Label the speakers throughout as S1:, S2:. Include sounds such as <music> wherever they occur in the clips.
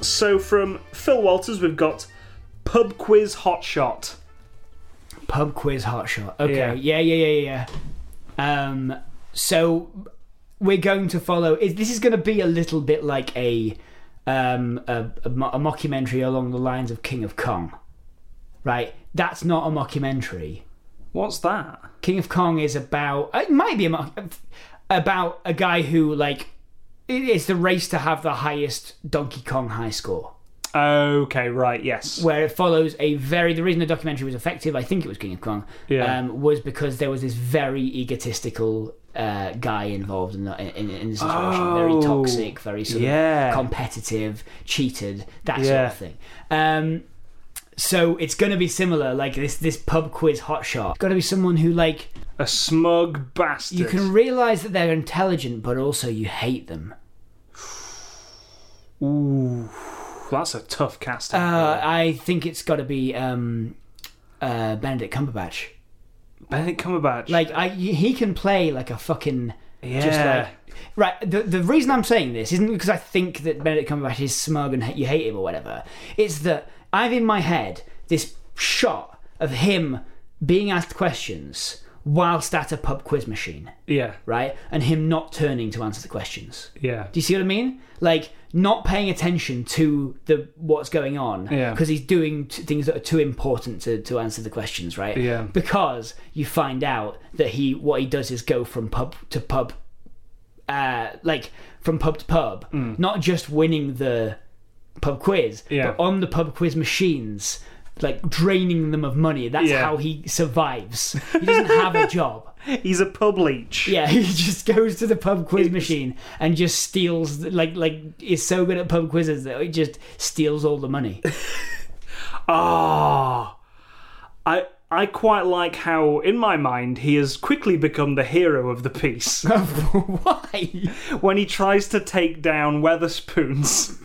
S1: So from Phil Walters, we've got Pub Quiz Hot Shot.
S2: Pub quiz hot shot. Okay.
S1: Yeah.
S2: Yeah. yeah, yeah, yeah, yeah. Um so we're going to follow is this is going to be a little bit like a um a, a, mo- a mockumentary along the lines of King of Kong. Right? That's not a mockumentary.
S1: What's that?
S2: King of Kong is about uh, it might be a mock, about a guy who like it- it's the race to have the highest Donkey Kong high score
S1: Okay, right, yes.
S2: where it follows a very the reason the documentary was effective i think it was king of kong
S1: Yeah.
S2: um, was because there was this very egotistical uh, guy involved in the, in, in the situation very
S1: Oh.
S2: toxic very sort
S1: Yeah.
S2: of competitive cheated that sort
S1: Yeah.
S2: of thing um, so it's going to be similar like this this pub quiz hotshot got to be someone who like
S1: A smug bastard.
S2: you can realize that they're intelligent but also you hate them
S1: Ooh, that's a tough casting.
S2: uh, i think it's got to be um, uh, benedict cumberbatch
S1: Benedict Cumberbatch.
S2: Like I, he can play like a fucking
S1: yeah.
S2: just like right. The the reason I'm saying this isn't because I think that Benedict Cumberbatch is smug and ha- you hate him or whatever. It's that I've in my head this shot of him being asked questions whilst at a pub quiz machine,
S1: yeah,
S2: right, and him not turning to answer the questions.
S1: yeah.
S2: Do you see what I mean? Like not paying attention to the what's going on
S1: Yeah.
S2: because he's doing t- things that are too important to, to answer the questions, right?
S1: Yeah.
S2: Because you find out that he what he does is go from pub to pub, uh, like from pub to pub, not just winning the pub quiz,
S1: Mm. Yeah.
S2: but on the pub quiz machines, like draining them of money. That's
S1: Yeah.
S2: how he survives. He doesn't
S1: <laughs>
S2: have a job.
S1: He's a pub leech.
S2: Yeah, <laughs> he just goes to the pub quiz machine and just steals like like is so good at pub quizzes that he just steals all the money. <laughs>
S1: Ah, I I quite like how, in my mind, he has quickly become the hero of the piece <laughs>
S2: Why?
S1: when he tries to take down Weatherspoons.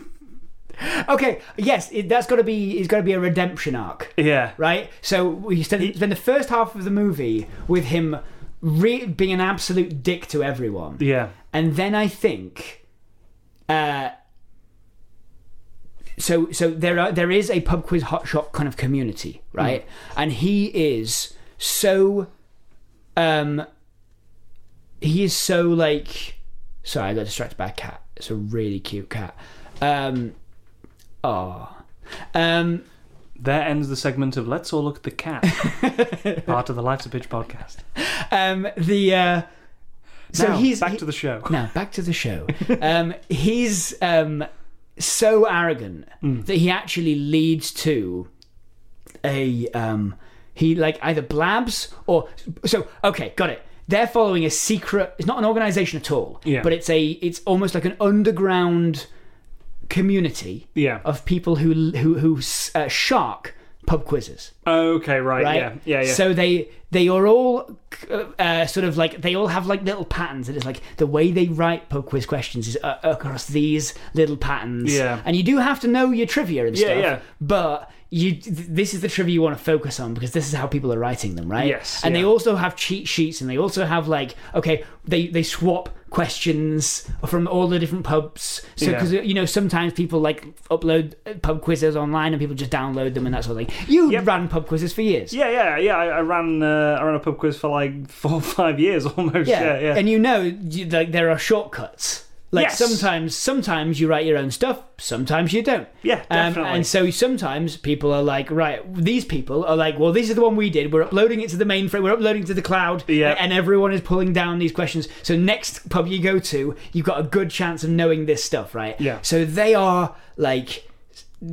S1: <laughs>
S2: Okay, yes, it, that's got to be it's got to be a redemption arc,
S1: Yeah,
S2: right? So we spend, spend the first half of the movie with him re- being an absolute dick to everyone.
S1: yeah,
S2: and then I think, uh, so so there are there is a pub quiz hotshot kind of community, right?
S1: Mm.
S2: And he is so, um, he is so like, sorry, I got distracted by a cat. It's a really cute cat. Um, oh, um,
S1: There ends the segment of Let's All Look at the Cat,
S2: <laughs>
S1: part of the Life's a Pitch podcast.
S2: um, the uh, so
S1: Now,
S2: he's
S1: back
S2: he-
S1: to the show.
S2: Now back to the show. um, he's um, so arrogant that he actually leads to a um, he like either blabs or so. Okay, got it. They're following a secret. It's not an organization at all.
S1: Yeah.
S2: But it's a. It's almost like an underground community
S1: Yeah.
S2: of people who who who uh, shark pub quizzes
S1: Okay, right,
S2: Oh. right?
S1: Yeah, yeah, yeah.
S2: So they they are all uh, sort of like they all have like little patterns, and it's like the way they write pub quiz questions is uh, across these little patterns.
S1: Yeah.
S2: and you do have to know your trivia and
S1: Yeah,
S2: stuff.
S1: yeah.
S2: But you, th- this is the trivia you want to focus on because this is how people are writing them, right?
S1: Yes,
S2: And
S1: yeah.
S2: they also have cheat sheets, and they also have like okay, they they swap questions from all the different pubs. So
S1: Yeah.
S2: because you know sometimes people like upload uh, pub quizzes online, and people just download them and that sort of thing. You
S1: Yep.
S2: ran pub quizzes for years.
S1: yeah, yeah, yeah. I, I ran, uh, I ran a pub quiz for like <laughs> four, or five years almost. Yeah, yeah,
S2: And you know, you, like there are shortcuts. Like
S1: Yes.
S2: sometimes, sometimes you write your own stuff. Sometimes you don't.
S1: Yeah, definitely.
S2: um, and so sometimes people are like, right, these people are like, well, this is the one we did. We're uploading it to the mainframe. We're uploading it to the cloud.
S1: Yeah.
S2: And everyone is pulling down these questions. So next pub you go to, you've got a good chance of knowing this stuff, right?
S1: Yeah.
S2: So they are like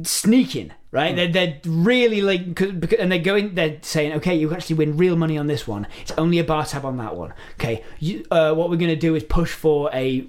S2: sneaking, right? They're, they're really like, 'cause- because- and they're going, they're saying, okay, you actually win real money on this one. It's only a bar tab on that one. Okay, you, uh, what we're going to do is push for a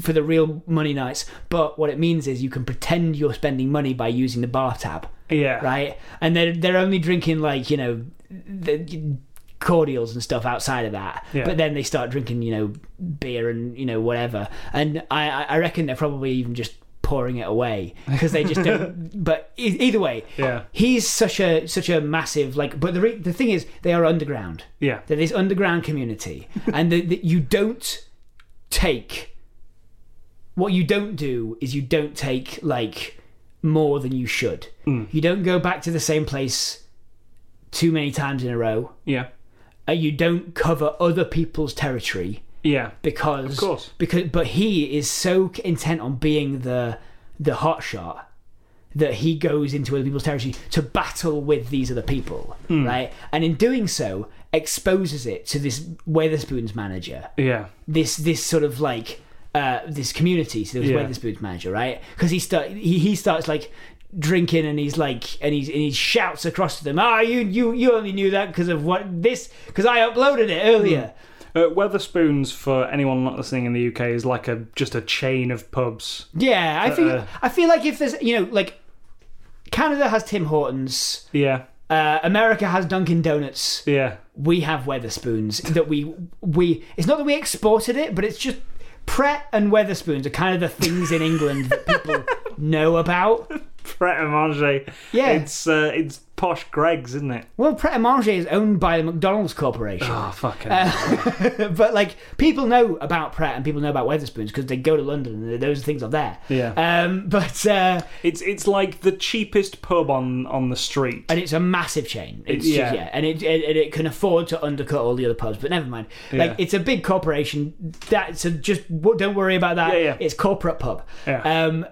S2: for the real money nights. But what it means is you can pretend you're spending money by using the bar tab,
S1: yeah.
S2: right? And they're they're only drinking like you know. The, cordials and stuff outside of that
S1: Yeah.
S2: but then they start drinking you know beer and you know whatever and i i I reckon they're probably even just pouring it away because they
S1: <laughs>
S2: just don't but e- either way
S1: Yeah,
S2: he's such a such a massive like but the re- the thing is they are underground
S1: yeah,
S2: they're this
S1: <laughs>
S2: underground community and that that you don't take what you don't do is you don't take like more than you should.
S1: Mm.
S2: You don't go back to the same place too many times in a row.
S1: Yeah.
S2: Uh, you don't cover other people's territory
S1: Yeah.
S2: because
S1: Of course.
S2: because but he is so intent on being the the hot shot that he goes into other people's territory to battle with these other people right and in doing so exposes it to this Weatherspoon's manager
S1: Yeah.
S2: this this sort of like uh, this community so there
S1: Yeah.
S2: was Weatherspoon's manager right because he start he, he starts like drinking and he's like and he's and he shouts across to them ah you you you only knew that because of what this because I uploaded it earlier
S1: Uh, Weatherspoons, for anyone not listening in the UK, is like a just a chain of pubs.
S2: Yeah, I feel
S1: uh,
S2: I feel like if there's you know like Canada has Tim Hortons,
S1: Yeah,
S2: uh, America has Dunkin' Donuts,
S1: yeah,
S2: we have
S1: <laughs>
S2: Weatherspoons that we we it's not that we exported it, but it's just Pret and Weatherspoons are kind of the things in England
S1: <laughs>
S2: that people know about.
S1: Pret a Manger.
S2: Yeah.
S1: it's uh, it's posh Greg's, isn't
S2: <laughs>
S1: it?
S2: Well, Pret a Manger is owned by the McDonald's Corporation,
S1: Oh fucking
S2: Uh.
S1: Oh.
S2: but like people know about Pret and people know about Weatherspoons because they go to London and those things are there.
S1: yeah.
S2: Um, but uh,
S1: it's it's like the cheapest pub on on the street.
S2: and it's a massive chain. It's just- yeah.
S1: Yeah.
S2: and it, it and it can afford to undercut all the other pubs, but never mind. Like
S1: Yeah.
S2: it's a big corporation. That so just w- don't worry about that.
S1: Yeah, yeah.
S2: It's corporate pub.
S1: Yeah.
S2: Um.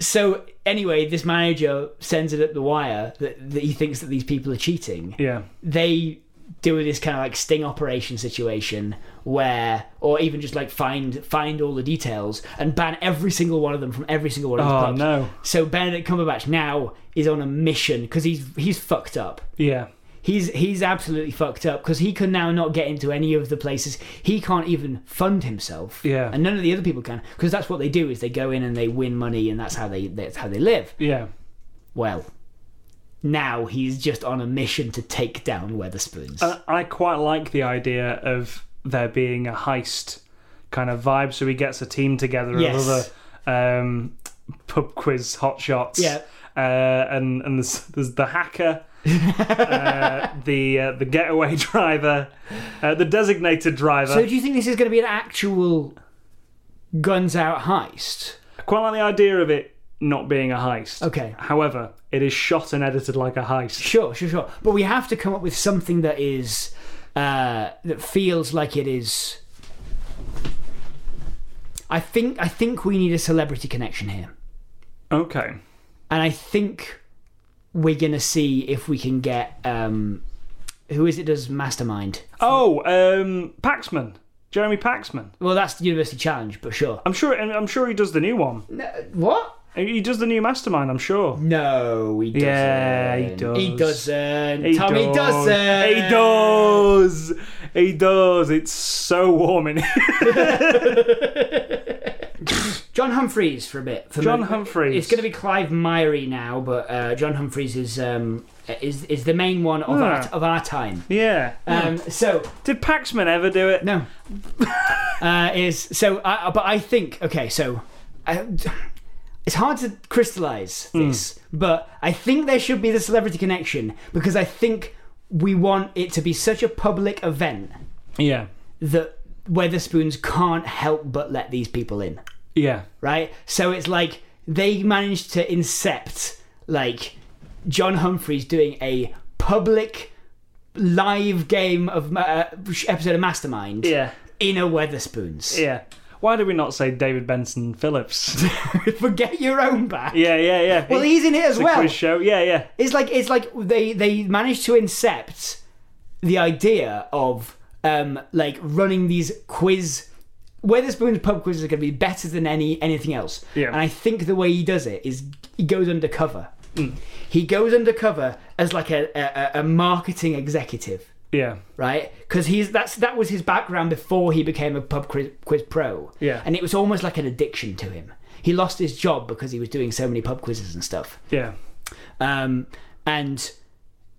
S2: So anyway, this manager sends it up the wire that, that he thinks that these people are cheating.
S1: yeah,
S2: They do this kind of like sting operation situation where, or even just like find find all the details and ban every single one of them from every single one of these
S1: Oh,
S2: pubs.
S1: no.
S2: So Benedict Cumberbatch now is on a mission because he's he's fucked up.
S1: yeah,
S2: He's he's absolutely fucked up because he can now not get into any of the places. He can't even fund himself.
S1: Yeah.
S2: and none of the other people can because that's what they do is they go in and they win money and that's how they that's how they live.
S1: yeah.
S2: Well, now he's just on a mission to take down Weatherspoons.
S1: Uh, I quite like the idea of there being a heist kind of vibe. So he gets a team together
S2: Yes.
S1: of other um, pub quiz hotshots.
S2: Yeah.
S1: Uh, and and there's, there's the hacker,
S2: <laughs>
S1: uh, the uh, the getaway <laughs> driver, uh, the designated driver.
S2: so do you think this is going to be an actual guns out heist?
S1: quite like the idea of it not being a heist.
S2: Okay.
S1: However, it is shot and edited like a heist.
S2: Sure, sure, sure. But we have to come up with something that is uh, that feels like it is. I think I think we need a celebrity connection here,
S1: Okay.
S2: and I think we're gonna see if we can get um, who is it does Mastermind.
S1: Oh, um, Paxman, Jeremy Paxman.
S2: Well, that's the University Challenge, but sure. Uh,
S1: I'm sure. I'm sure he does the new one.
S2: what?
S1: He does the new mastermind, I'm sure.
S2: No, he doesn't.
S1: Yeah, he
S2: He
S1: does.
S2: doesn't.
S1: He
S2: Tommy uh,
S1: does.
S2: doesn't.
S1: He does. He does. It's so warm in here.
S2: John Humphreys for a bit. For
S1: John
S2: mo-
S1: <laughs> Humphreys.
S2: It's going to be Clive Myrie now, but uh, John Humphreys is um, is is the main one of our,
S1: Yeah.
S2: of our time.
S1: Ah. Yeah.
S2: Um, so
S1: Did Paxman ever do it?
S2: no, <laughs> uh, is so. I, but I think okay. So I, <sighs> it's hard to crystallize
S1: Hmm.
S2: this, but I think there should be the celebrity connection because I think we want it to be such a public event
S1: Yeah.
S2: that Weatherspoons can't help but let these people in.
S1: Yeah.
S2: right? So it's like they managed to incept like John Humphreys doing a public live game of ma- uh, episode of Mastermind
S1: Yeah.
S2: in a Weatherspoons.
S1: Yeah. Why did we not say David Benson Phillips? <laughs>
S2: <laughs> Forget your own back.
S1: yeah, yeah, yeah.
S2: Well, he's in it as
S1: the
S2: well.
S1: quiz show. Yeah, yeah.
S2: It's like it's like they they managed to incept the idea of um like running these quiz. Weatherspoon's pub quizzes are going to be better than any anything else.
S1: Yeah.
S2: And I think the way he does it is he goes undercover.
S1: Mm.
S2: He goes undercover as like a a, a- a marketing executive,
S1: Yeah.
S2: right? Because he's that's that was his background before he became a pub quiz, quiz pro.
S1: Yeah.
S2: And it was almost like an addiction to him. He lost his job because he was doing so many pub quizzes and stuff.
S1: Yeah.
S2: Um, and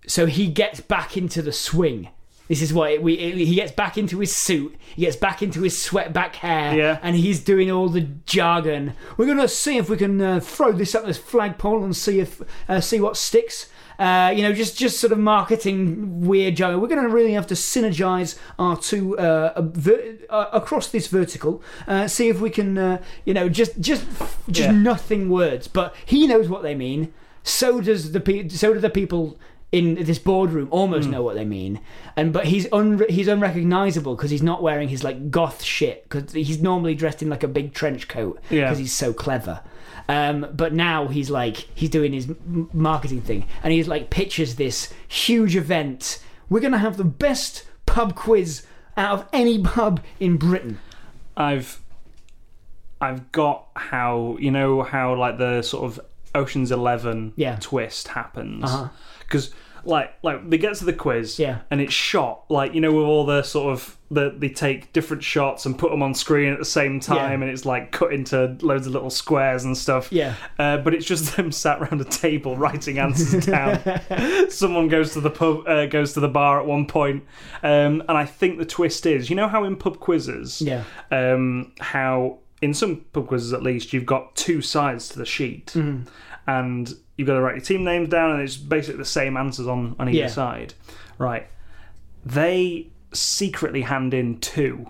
S2: so he gets back into the swing. This is why we he gets back into his suit, he gets back into his sweat back hair,
S1: Yeah.
S2: and he's doing all the jargon. We're gonna see if we can uh, throw this up this flagpole and see if uh, see what sticks. Uh, you know, just just sort of marketing weird jargon. We're going to really have to synergize our two uh, uh, ver- uh, across this vertical. Uh, see if we can, uh, you know, just just just
S1: Yeah.
S2: nothing words. But he knows what they mean. So does the pe- so do the people in this boardroom almost
S1: Hmm.
S2: know what they mean. And but he's un- he's unrecognizable because he's not wearing his like goth shit because he's normally dressed in like a big trench coat because
S1: Yeah.
S2: he's so clever. Um, but now he's like he's doing his m- marketing thing and he's like pitches this huge event. We're gonna have the best pub quiz out of any pub in Britain.
S1: I've I've got how you know how like the sort of Ocean's Eleven
S2: Yeah.
S1: twist happens
S2: Uh-huh.
S1: because like like they get to the quiz
S2: Yeah.
S1: and it's shot like you know with all the sort of the, they take different shots and put them on screen at the same time and it's like cut into loads of little squares and stuff
S2: Yeah.
S1: uh, but it's just <laughs> them sat around a table writing
S2: <laughs>
S1: answers down someone goes to the pub uh, goes to the bar at one point um, and i think the twist is you know how in pub quizzes
S2: Yeah.
S1: um, how in some pub quizzes at least you've got two sides to the sheet and you've got to write your team names down and it's basically the same answers on, on either
S2: Yeah.
S1: side right they secretly hand in two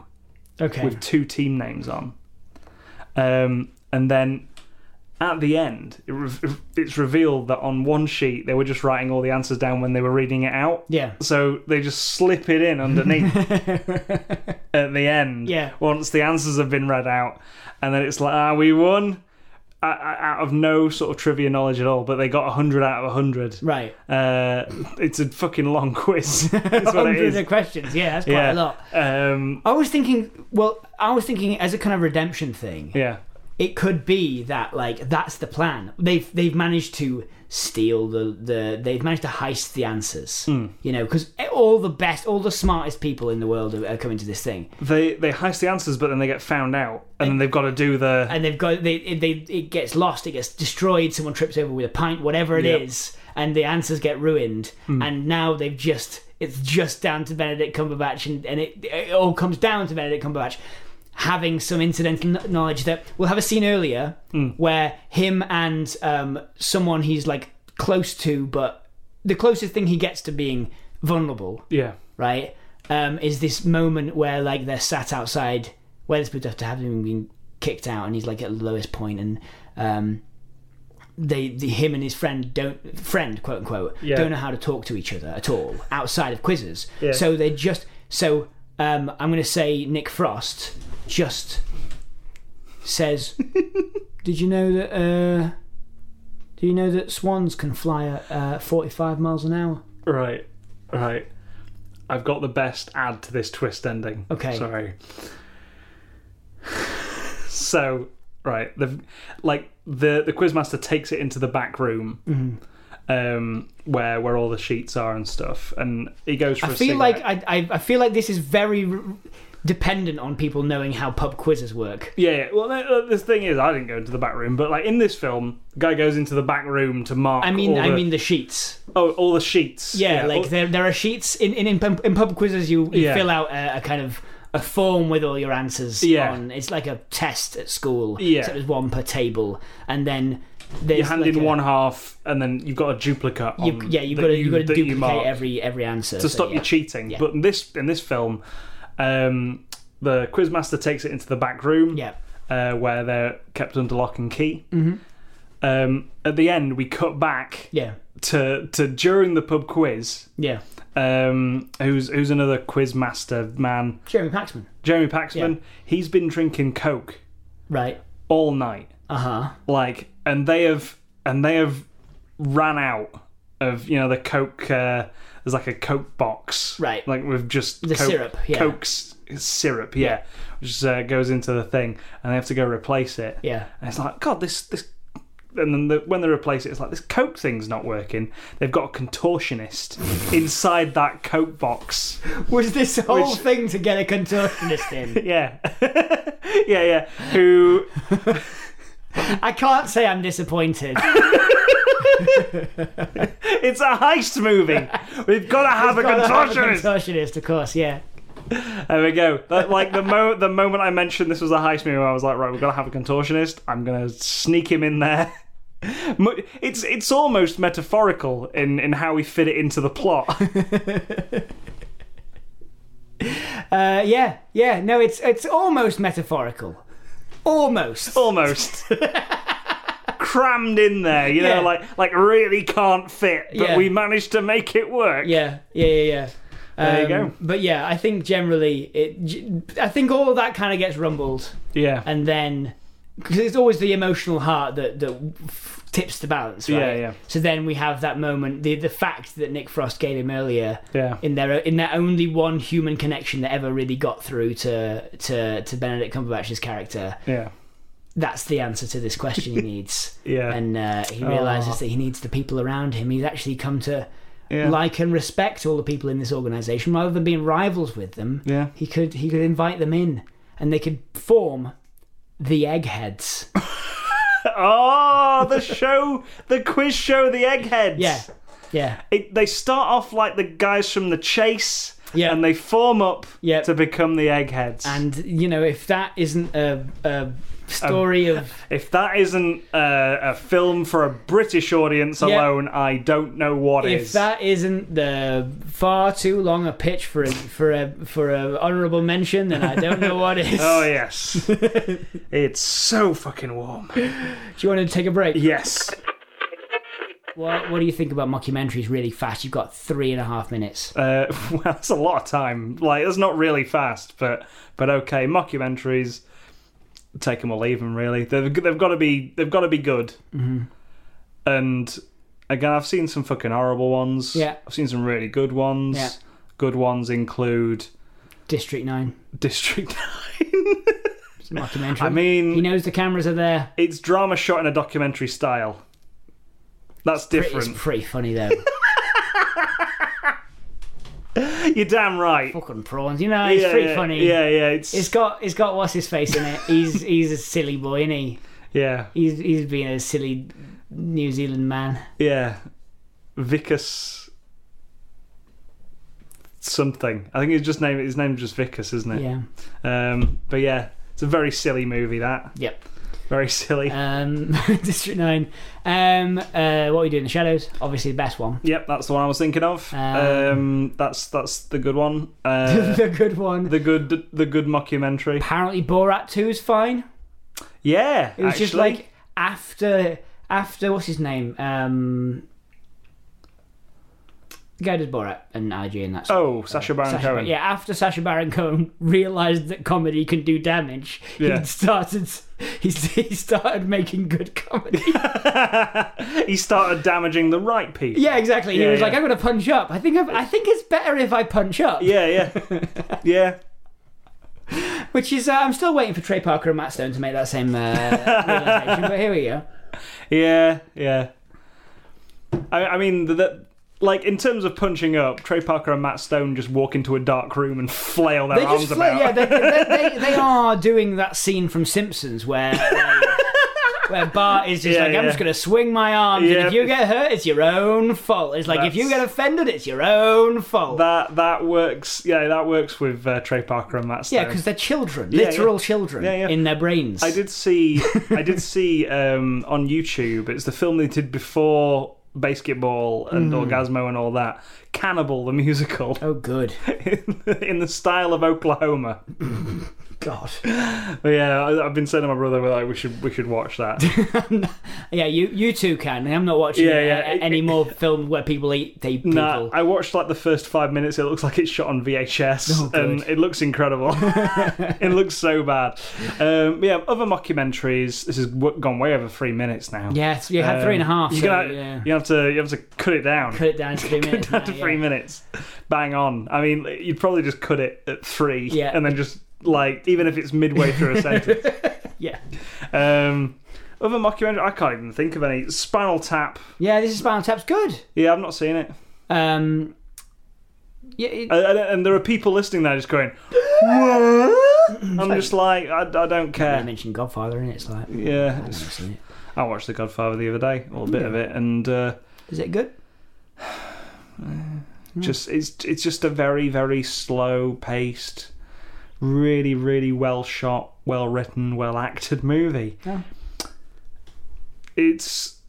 S2: Okay.
S1: with two team names on um, and then at the end it re- it's revealed that on one sheet they were just writing all the answers down when they were reading it out
S2: yeah.
S1: so they just slip it in
S2: <laughs>
S1: underneath at the end.
S2: Yeah.
S1: Once the answers have been read out, and then it's like, ah, we won. Uh, out of no sort of trivia knowledge at all, but they got 100 out of 100.
S2: Right.
S1: Uh, it's a fucking long
S2: <laughs>
S1: quiz. <laughs> That's what it
S2: Hundreds
S1: is.
S2: of questions. Yeah, that's quite
S1: Yeah.
S2: a lot.
S1: Um,
S2: I was thinking. Well, I was thinking as a kind of redemption thing.
S1: yeah.
S2: it could be that like that's the plan. They've they've managed to steal the the they've managed to heist the answers.
S1: Hmm.
S2: You know, because all the best, all the smartest people in the world are, are coming to this thing,
S1: They they heist the answers, but then they get found out, and then they've got to do the.
S2: and they've got they it- they it gets lost, it gets destroyed, someone trips over with a pint, whatever it is,
S1: Yep.
S2: and the answers get ruined, and now they've just it's just down to Benedict Cumberbatch, and, and it, it all comes down to Benedict Cumberbatch having some incidental kn- knowledge that we'll have a scene earlier where him and um, someone he's like close to, but the closest thing he gets to being vulnerable
S1: Yeah.
S2: right? Um, is this moment where like they're sat outside Weatherspoons after having been kicked out, and he's like at the lowest point, and um, they, the, him and his friend don't friend quote unquote
S1: Yeah.
S2: don't know how to talk to each other at all outside of quizzes.
S1: Yeah.
S2: So they just so um, I'm going to say Nick Frost just
S1: <laughs>
S2: says, "Did you know that? Uh, do you know that swans can fly at uh, 45 miles an hour?"
S1: Right. Right. I've got the best add to this twist ending.
S2: Okay.
S1: Sorry. so, right, the like the the quizmaster takes it into the back room.
S2: Mm-hmm.
S1: Um, where where all the sheets are and stuff, and he goes for. a
S2: I feel like
S1: cigarette.
S2: I, I, I feel like this is very r- dependent on people knowing how pub quizzes work.
S1: Yeah, yeah. well, the, the thing is, I didn't go into the back room, but like in this film, the guy goes into the back room to mark.
S2: I mean,
S1: all
S2: I
S1: the-
S2: mean the sheets.
S1: oh, all the sheets. oh,
S2: Yeah, like
S1: all-
S2: there, there are sheets in in, in, pub, in pub quizzes. You, you
S1: Yeah.
S2: fill out a, a kind of a form with all your answers.
S1: Yeah.
S2: on. it's like a test at school.
S1: Yeah.
S2: so there's one per table, and then there's
S1: you hand
S2: like
S1: in
S2: a-
S1: one half, and then you've got a duplicate.
S2: you-
S1: on
S2: yeah, you've
S1: that
S2: got to
S1: you-
S2: you've got to
S1: that you
S2: duplicate
S1: mark.
S2: every every answer
S1: to stop
S2: yeah.
S1: you cheating. But in this in this film, um, the quizmaster takes it into the back room,
S2: Yeah. Mm-hmm.
S1: uh, where they're kept under lock and key. Um, at the end, we cut back
S2: Yeah,
S1: to to during the pub quiz.
S2: yeah.
S1: Um, who's who's another quizmaster man,
S2: Jeremy Paxman.
S1: Jeremy Paxman. He's been drinking coke
S2: Right.
S1: all night,
S2: Uh huh.
S1: like, and they have and they have ran out of you know the coke. Uh, there's like a coke box,
S2: Right.
S1: Like with just
S2: The
S1: coke,
S2: syrup, yeah.
S1: Coke's syrup, yeah, which uh, goes into the thing, and they have to go replace it.
S2: Yeah.
S1: And it's like, God, this this. And then the, when they replace it, it's like this Coke thing's not working. They've got a contortionist
S2: <laughs>
S1: inside that Coke box.
S2: Was this whole
S1: Which-
S2: thing to get a contortionist in?
S1: Yeah, <laughs> yeah, yeah. Who?
S2: I can't say
S1: <laughs>
S2: I'm disappointed.
S1: It's a heist movie. We've got to have a
S2: Gotta have a
S1: contortionist.
S2: uh, contortionist, of course, yeah.
S1: There we go. That, like the mo- the moment I mentioned this was a heist movie, I was like, right, we've got to have a contortionist. I'm gonna sneak him in there. <laughs> Mu- It's it's almost metaphorical in, in how we fit it into the
S2: <laughs>
S1: plot.
S2: Uh, yeah, yeah. No, it's it's almost metaphorical. Almost.
S1: Oh. almost crammed in there you know
S2: Yeah.
S1: like like really can't fit but
S2: Yeah.
S1: we managed to make it work
S2: Yeah, yeah, yeah, yeah.
S1: There you
S2: Um,
S1: go.
S2: But yeah, I think generally, it. g- I think all of that kind of gets rumbled,
S1: yeah
S2: and then because it's always the emotional heart that that f- tips the balance, right?
S1: Yeah, yeah.
S2: So then we have that moment, the the fact that Nick Frost gave him earlier
S1: yeah
S2: in their in their only one human connection that ever really got through to to to Benedict Cumberbatch's character.
S1: yeah
S2: That's the answer to this
S1: <laughs>
S2: question he needs.
S1: yeah
S2: And uh, he realizes
S1: Aw.
S2: that he needs the people around him. He's actually come to
S1: yeah.
S2: like and respect all the people in this organization rather than being rivals with them
S1: yeah
S2: he could he could invite them in and they could form the eggheads
S1: <laughs> oh the show the quiz show the eggheads
S2: yeah yeah
S1: it, they start off like the guys from the chase
S2: Yeah.
S1: and they form up
S2: yeah
S1: to become the eggheads
S2: and you know if that isn't a, a story of
S1: if that isn't a, a film for a british audience
S2: Yeah.
S1: alone i don't know what
S2: if
S1: is.
S2: that isn't the far too long a pitch for a for a for a honorable mention then i don't know what
S1: <laughs>
S2: is
S1: oh
S2: <laughs>
S1: yes it's so fucking warm
S2: do you want to take a break
S1: yes
S2: what, what do you think about mockumentaries really fast you've got three and a half minutes
S1: Uh, <laughs> well, that's a lot of time. Like, that's not really fast, but but okay. Mockumentaries, take them or leave them. Really, they've they've got to be they've got to be good.
S2: Mm-hmm.
S1: And again, I've seen some fucking horrible ones.
S2: Yeah.
S1: I've seen some really good ones.
S2: Yeah.
S1: Good ones include <laughs>
S2: district 9
S1: District.
S2: it's a mockumentary
S1: I mean,
S2: he knows the cameras are there
S1: it's drama shot in a documentary style. That's
S2: Pretty-
S1: different.
S2: It's pretty funny
S1: <laughs>
S2: though.
S1: <laughs> You're damn right.
S2: Fucking prawns, you know, it's
S1: yeah,
S2: pretty
S1: yeah,
S2: funny.
S1: Yeah, yeah. It's,
S2: It's got it's got what's his face in it. He's he's a silly boy, isn't he?
S1: yeah,
S2: He's he's been a silly New Zealand man.
S1: Yeah. Vicus something. I think his just name his name's just Vicus, isn't it?
S2: Yeah.
S1: Um but yeah, it's a very silly movie that.
S2: Yep.
S1: Very silly.
S2: Um, <laughs> District Nine. Um, uh, what we do in the shadows? Obviously the best one.
S1: yep, that's the one I was thinking of. Um,
S2: Um,
S1: that's that's the good one. Uh
S2: <laughs> the good one.
S1: the good the good mockumentary.
S2: Apparently Borat Two is fine.
S1: Yeah.
S2: It was just
S1: actually.
S2: like after after what's his name? Um, the guy who does Borat and IG and that. sort
S1: Oh, Sasha Baron
S2: Sacha-
S1: Cohen.
S2: Yeah, after Sasha Baron Cohen <laughs> realized that comedy can do damage,
S1: Yeah.
S2: he started <laughs> he, he started making
S1: <laughs>
S2: good comedy.
S1: he started damaging the right people.
S2: yeah, exactly. He
S1: Yeah,
S2: was
S1: yeah.
S2: like, "I'm gonna punch up. I think I've, I think it's better if I punch up."
S1: Yeah, yeah.
S2: <laughs>
S1: yeah.
S2: Which is, uh, I'm still waiting for Trey Parker and Matt Stone to make that same uh,
S1: <laughs>
S2: realization. But here we go.
S1: Yeah, yeah. I, I mean, the, the, like in terms of punching up, Trey Parker and Matt Stone just walk into a dark room and flail their
S2: They
S1: arms
S2: just fl-
S1: about.
S2: yeah, they, they, they, they are doing that scene from Simpsons where. like, Where Bart is just
S1: Yeah,
S2: like, I'm
S1: yeah.
S2: just going to swing my arms, and
S1: Yep.
S2: if you get hurt, it's your own fault. It's like, if you
S1: That's-
S2: get offended, it's your own fault.
S1: That that works. Yeah, that works with uh, Trey Parker and Matt Stone.
S2: Yeah, because they're children,
S1: Yeah,
S2: literal children
S1: Yeah, yeah.
S2: in their brains.
S1: I did
S2: <laughs>
S1: see I did see um, on YouTube. It's the film they did before Basketball and
S2: Hmm.
S1: Orgasmo and all that. Cannibal the musical <laughs>
S2: Oh, good
S1: in the, in the style of Oklahoma.
S2: God.
S1: But yeah, I, I've been saying to my brother, we're like, we should we should watch that.
S2: yeah, you you two can. I'm not watching
S1: Yeah,
S2: a-
S1: yeah.
S2: a- any more film where people eat they people.
S1: Nah, I watched like the first five minutes. It looks like it's shot on VHS,
S2: Oh, good.
S1: and it looks incredible. <laughs> it looks so bad. Um, yeah, other mockumentaries. This has w- gone way over three minutes now. Um,
S2: Yes, you had three and a half.
S1: You,
S2: so,
S1: gotta-
S2: yeah.
S1: you have to. You have to cut it down. <laughs>
S2: Cut it down to three minutes.
S1: down to
S2: now,
S1: three
S2: yeah.
S1: minutes. Bang on. I mean, you'd probably just cut it at three,
S2: Yeah.
S1: and then just like even if it's midway through a
S2: <laughs>
S1: sentence.
S2: Yeah,
S1: Um, other mockumentary. I can't even think of any. Spinal Tap.
S2: yeah. This is Spinal Tap's good.
S1: Yeah, I've not seen it.
S2: Um, yeah, it-
S1: And, and- and there are people listening there just going, Uh,
S2: <coughs>
S1: I'm just like, I, I don't
S2: I
S1: care.
S2: mentioned Godfather, and it's like I've
S1: Yeah,
S2: never
S1: it's-
S2: seen it.
S1: I watched The Godfather the other day, or a bit of it, and uh,
S2: Is it good?
S1: just it's it's just a very very slow paced, really really well shot, well written, well acted movie.
S2: Yeah.
S1: It's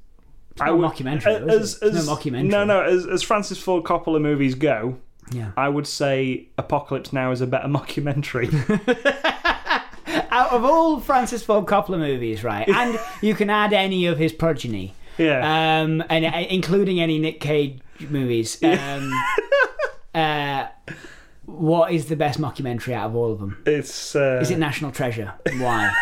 S1: I
S2: not
S1: would
S2: mockumentary,
S1: a-
S2: though, is
S1: as,
S2: it? It's
S1: as-
S2: no mockumentary.
S1: No, no. As, as Francis Ford Coppola movies go,
S2: Yeah.
S1: I would say Apocalypse Now is a better <laughs>
S2: <laughs>
S1: mockumentary.
S2: Out of all Francis Ford Coppola
S1: <laughs>
S2: movies, right, and you can add any of his progeny,
S1: yeah,
S2: um, and uh, including any Nick Cage movies.
S1: <laughs>
S2: Um, uh, what is the best mockumentary out of all of them?
S1: it's uh,
S2: Is it National Treasure?
S1: <laughs>
S2: Why?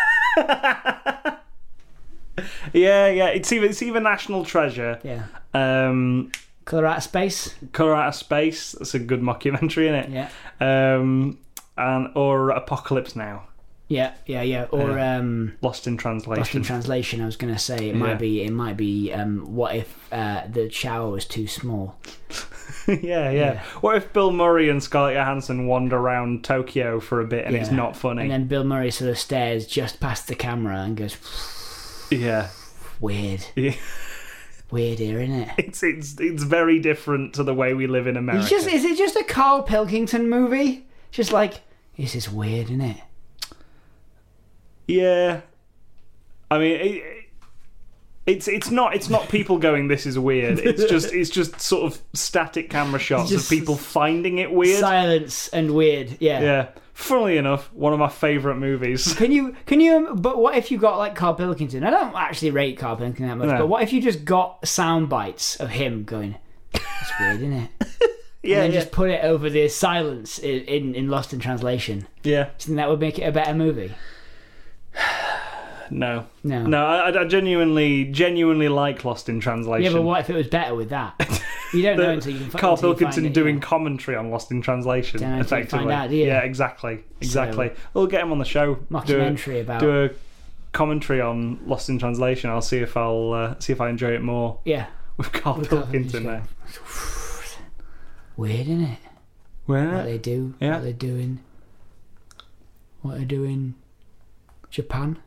S1: yeah, yeah. It's either it's either National Treasure,
S2: Yeah.
S1: um,
S2: Color Out of Space?
S1: Color Out of Space. That's a good mockumentary, isn't it?
S2: Yeah.
S1: Um, and or Apocalypse Now,
S2: Yeah, yeah, yeah. Or um,
S1: Lost in Translation.
S2: Lost in Translation. I was going to say it
S1: Uh, Yeah.
S2: might be. It might be. Um, what if uh, the shower was too small?
S1: <laughs> yeah, yeah, What if Bill Murray and Scarlett Johansson wander around Tokyo for a bit and it's
S2: Yeah.
S1: not funny?
S2: And then Bill Murray sort of stares just past the camera and goes,
S1: <laughs> yeah.
S2: "Weird,
S1: Yeah. <laughs>
S2: weird here, isn't it?"
S1: It's it's it's very different to the way we live in America.
S2: It's just is it just a Carl Pilkington movie? Just like this is weird, isn't it?
S1: Yeah, I mean, it, it's it's not it's not people going this is weird.
S2: <laughs>
S1: It's just it's just sort of static camera shots
S2: just-
S1: of people finding it weird.
S2: Silence and weird. Yeah.
S1: yeah, funnily enough, one of my favorite movies.
S2: Can you can you? But what if you got like Carl Pilkington? I don't actually rate Carl Pilkington that much.
S1: No.
S2: But what if you just got sound bites of him going? It's weird, isn't it?
S1: Yeah,
S2: and
S1: yeah,
S2: then just put it over the silence i- in, in Lost in Translation.
S1: yeah.
S2: Do you think that would make it a better movie?
S1: No,
S2: No.
S1: no, I, I genuinely genuinely like Lost in Translation.
S2: Yeah, but what if it was better
S1: <laughs>
S2: with that? You don't know until you can fi-
S1: Carl
S2: until you find
S1: Pilkington
S2: it,
S1: doing
S2: yeah.
S1: commentary on Lost in Translation,
S2: Don't know until you
S1: effectively.
S2: find out, do you?
S1: Yeah, exactly, exactly. we'll get him on the show. Do a-
S2: mockumentary about.
S1: do a commentary on Lost in Translation. I'll see if I'll uh, see if I enjoy it more <laughs>
S2: yeah.
S1: with Carl
S2: Carl
S1: Pilkington
S2: Pilkington.
S1: there.
S2: Weird, isn't it? What
S1: Where?
S2: they do,
S1: Yeah.
S2: what they're doing, what they do in
S1: <laughs>
S2: Japan.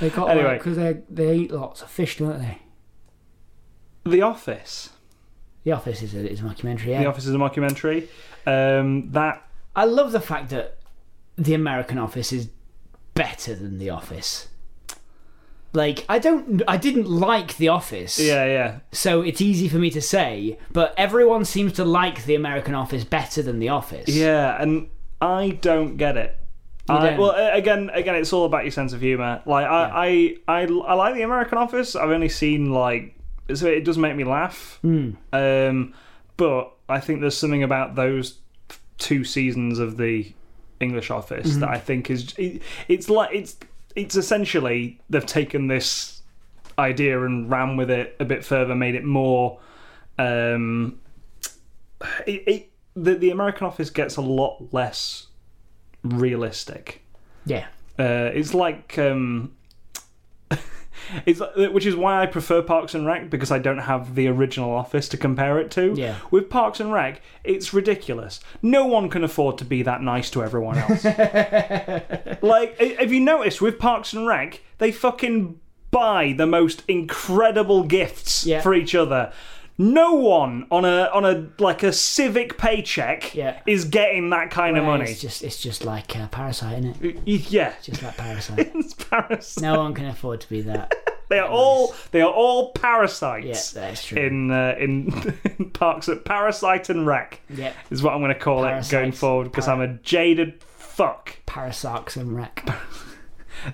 S2: they got
S1: Anyway.
S2: because they they eat lots of fish, don't they?
S1: The Office.
S2: The Office is a, is a documentary.
S1: The
S2: Yeah,
S1: Office is a mockumentary. Um, that
S2: I love the fact that the American Office is better than The Office. Like I don't, I didn't like The Office.
S1: yeah yeah
S2: So it's easy for me to say, but everyone seems to like The American Office better than The Office.
S1: yeah, and I don't get it. I,
S2: don't?
S1: well, a- again, again, it's all about your sense of humor. Like I, I, I, I like The American Office. I've only seen like so it does make me laugh. Um, but I think there's something about those two seasons of the English Office that I think is it, it's like it's it's essentially they've taken this idea and ran with it a bit further, made it more. Um, it, it the the American Office gets a lot less realistic.
S2: yeah,
S1: Uh, it's like um, <laughs> it's which is why I prefer Parks and Rec because I don't have the original Office to compare it to.
S2: Yeah.
S1: With Parks and Rec, it's ridiculous. No one can afford to be that nice to everyone
S2: <laughs>
S1: else. like, i- have you noticed with Parks and Rec, they fucking buy the most incredible gifts
S2: Yeah.
S1: for each other. No one on a on a like a civic paycheck
S2: Yeah.
S1: is getting that kind of money.
S2: It's just it's just like uh, Parasite, isn't it?
S1: Y- yeah,
S2: Just like Parasite.
S1: <laughs> it's Paris.
S2: no one can afford to be that.
S1: They are all they are all
S2: Yeah,
S1: parasites
S2: that's true.
S1: in, uh, in <laughs> in parks at Parasite and Wreck
S2: yeah,
S1: is what I'm going to call
S2: Parasites.
S1: it going forward because I'm a jaded fuck.
S2: Parasarks and Wreck.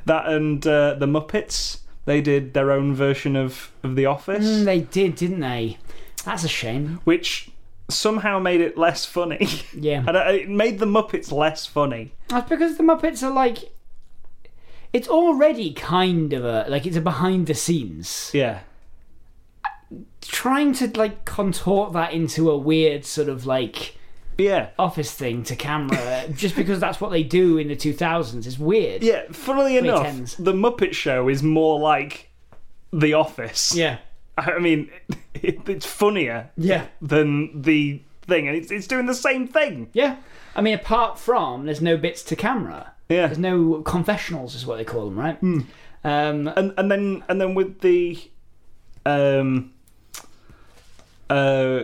S1: That and uh, the Muppets they did their own version of of The Office,
S2: Mm, they did, didn't they? That's a shame.
S1: which somehow made it less funny. <laughs>
S2: Yeah,
S1: And uh, it made the Muppets less funny.
S2: that's because the Muppets are like. It's already kind of a like it's a behind the scenes.
S1: Yeah,
S2: Trying to like contort that into a weird sort of like
S1: yeah,
S2: office thing to camera just because that's what they do in the 2000s is weird.
S1: yeah. Funnily enough,
S2: Pretends.
S1: the Muppet Show is more like The Office.
S2: Yeah.
S1: <laughs> I mean, <laughs> it's funnier
S2: Yeah.
S1: than the thing, and it's, it's doing the same thing.
S2: Yeah. I mean, apart from there's no bits to camera.
S1: Yeah,
S2: There's no confessionals, is what they call them, right? Um,
S1: and and then and then with the, um, uh,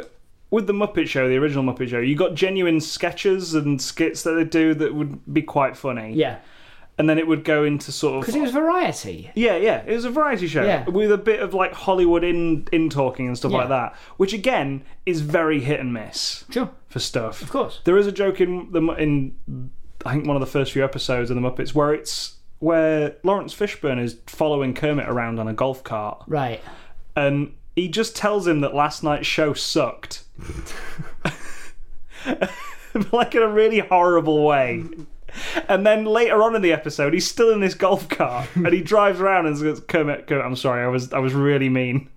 S1: with the Muppet Show, the original Muppet Show, you got genuine sketches and skits that they do that would be quite funny.
S2: yeah.
S1: and then it would go into sort
S3: Because
S1: of
S3: it was variety.
S1: yeah, yeah. It was a variety show
S3: Yeah.
S1: with a bit of like Hollywood in in talking and stuff
S3: Yeah.
S1: like that, which again is very hit and miss
S3: Sure.
S1: for stuff. Of
S3: course.
S1: there is a joke in the Mu- in I think one of the first few episodes of the Muppets where it's where Lawrence Fishburne is following Kermit around on a golf cart,
S3: Right.
S1: and he just tells him that last night's show sucked, <laughs> like in a really horrible way. And then later on in the episode, he's still in this golf cart, and he drives around and says, "Kermit, Kermit, I'm sorry, I was I was really mean."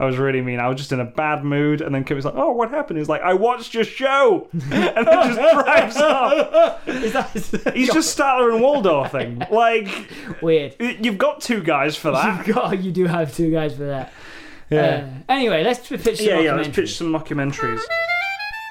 S1: I was really mean. I was just in a bad mood, and then Kermit's like, "Oh, what happened?" He's like, "I watched your show," <laughs> and then just drives off.
S3: Is that
S1: He's just Statler and Waldorf thing. Like,
S3: weird?
S1: you've got two guys for that.
S3: <laughs> God, you do have two guys for that.
S1: Yeah.
S3: Uh, anyway, let's p- pitch some
S1: yeah, yeah, let's
S3: documentaries.
S1: pitch some mockumentaries.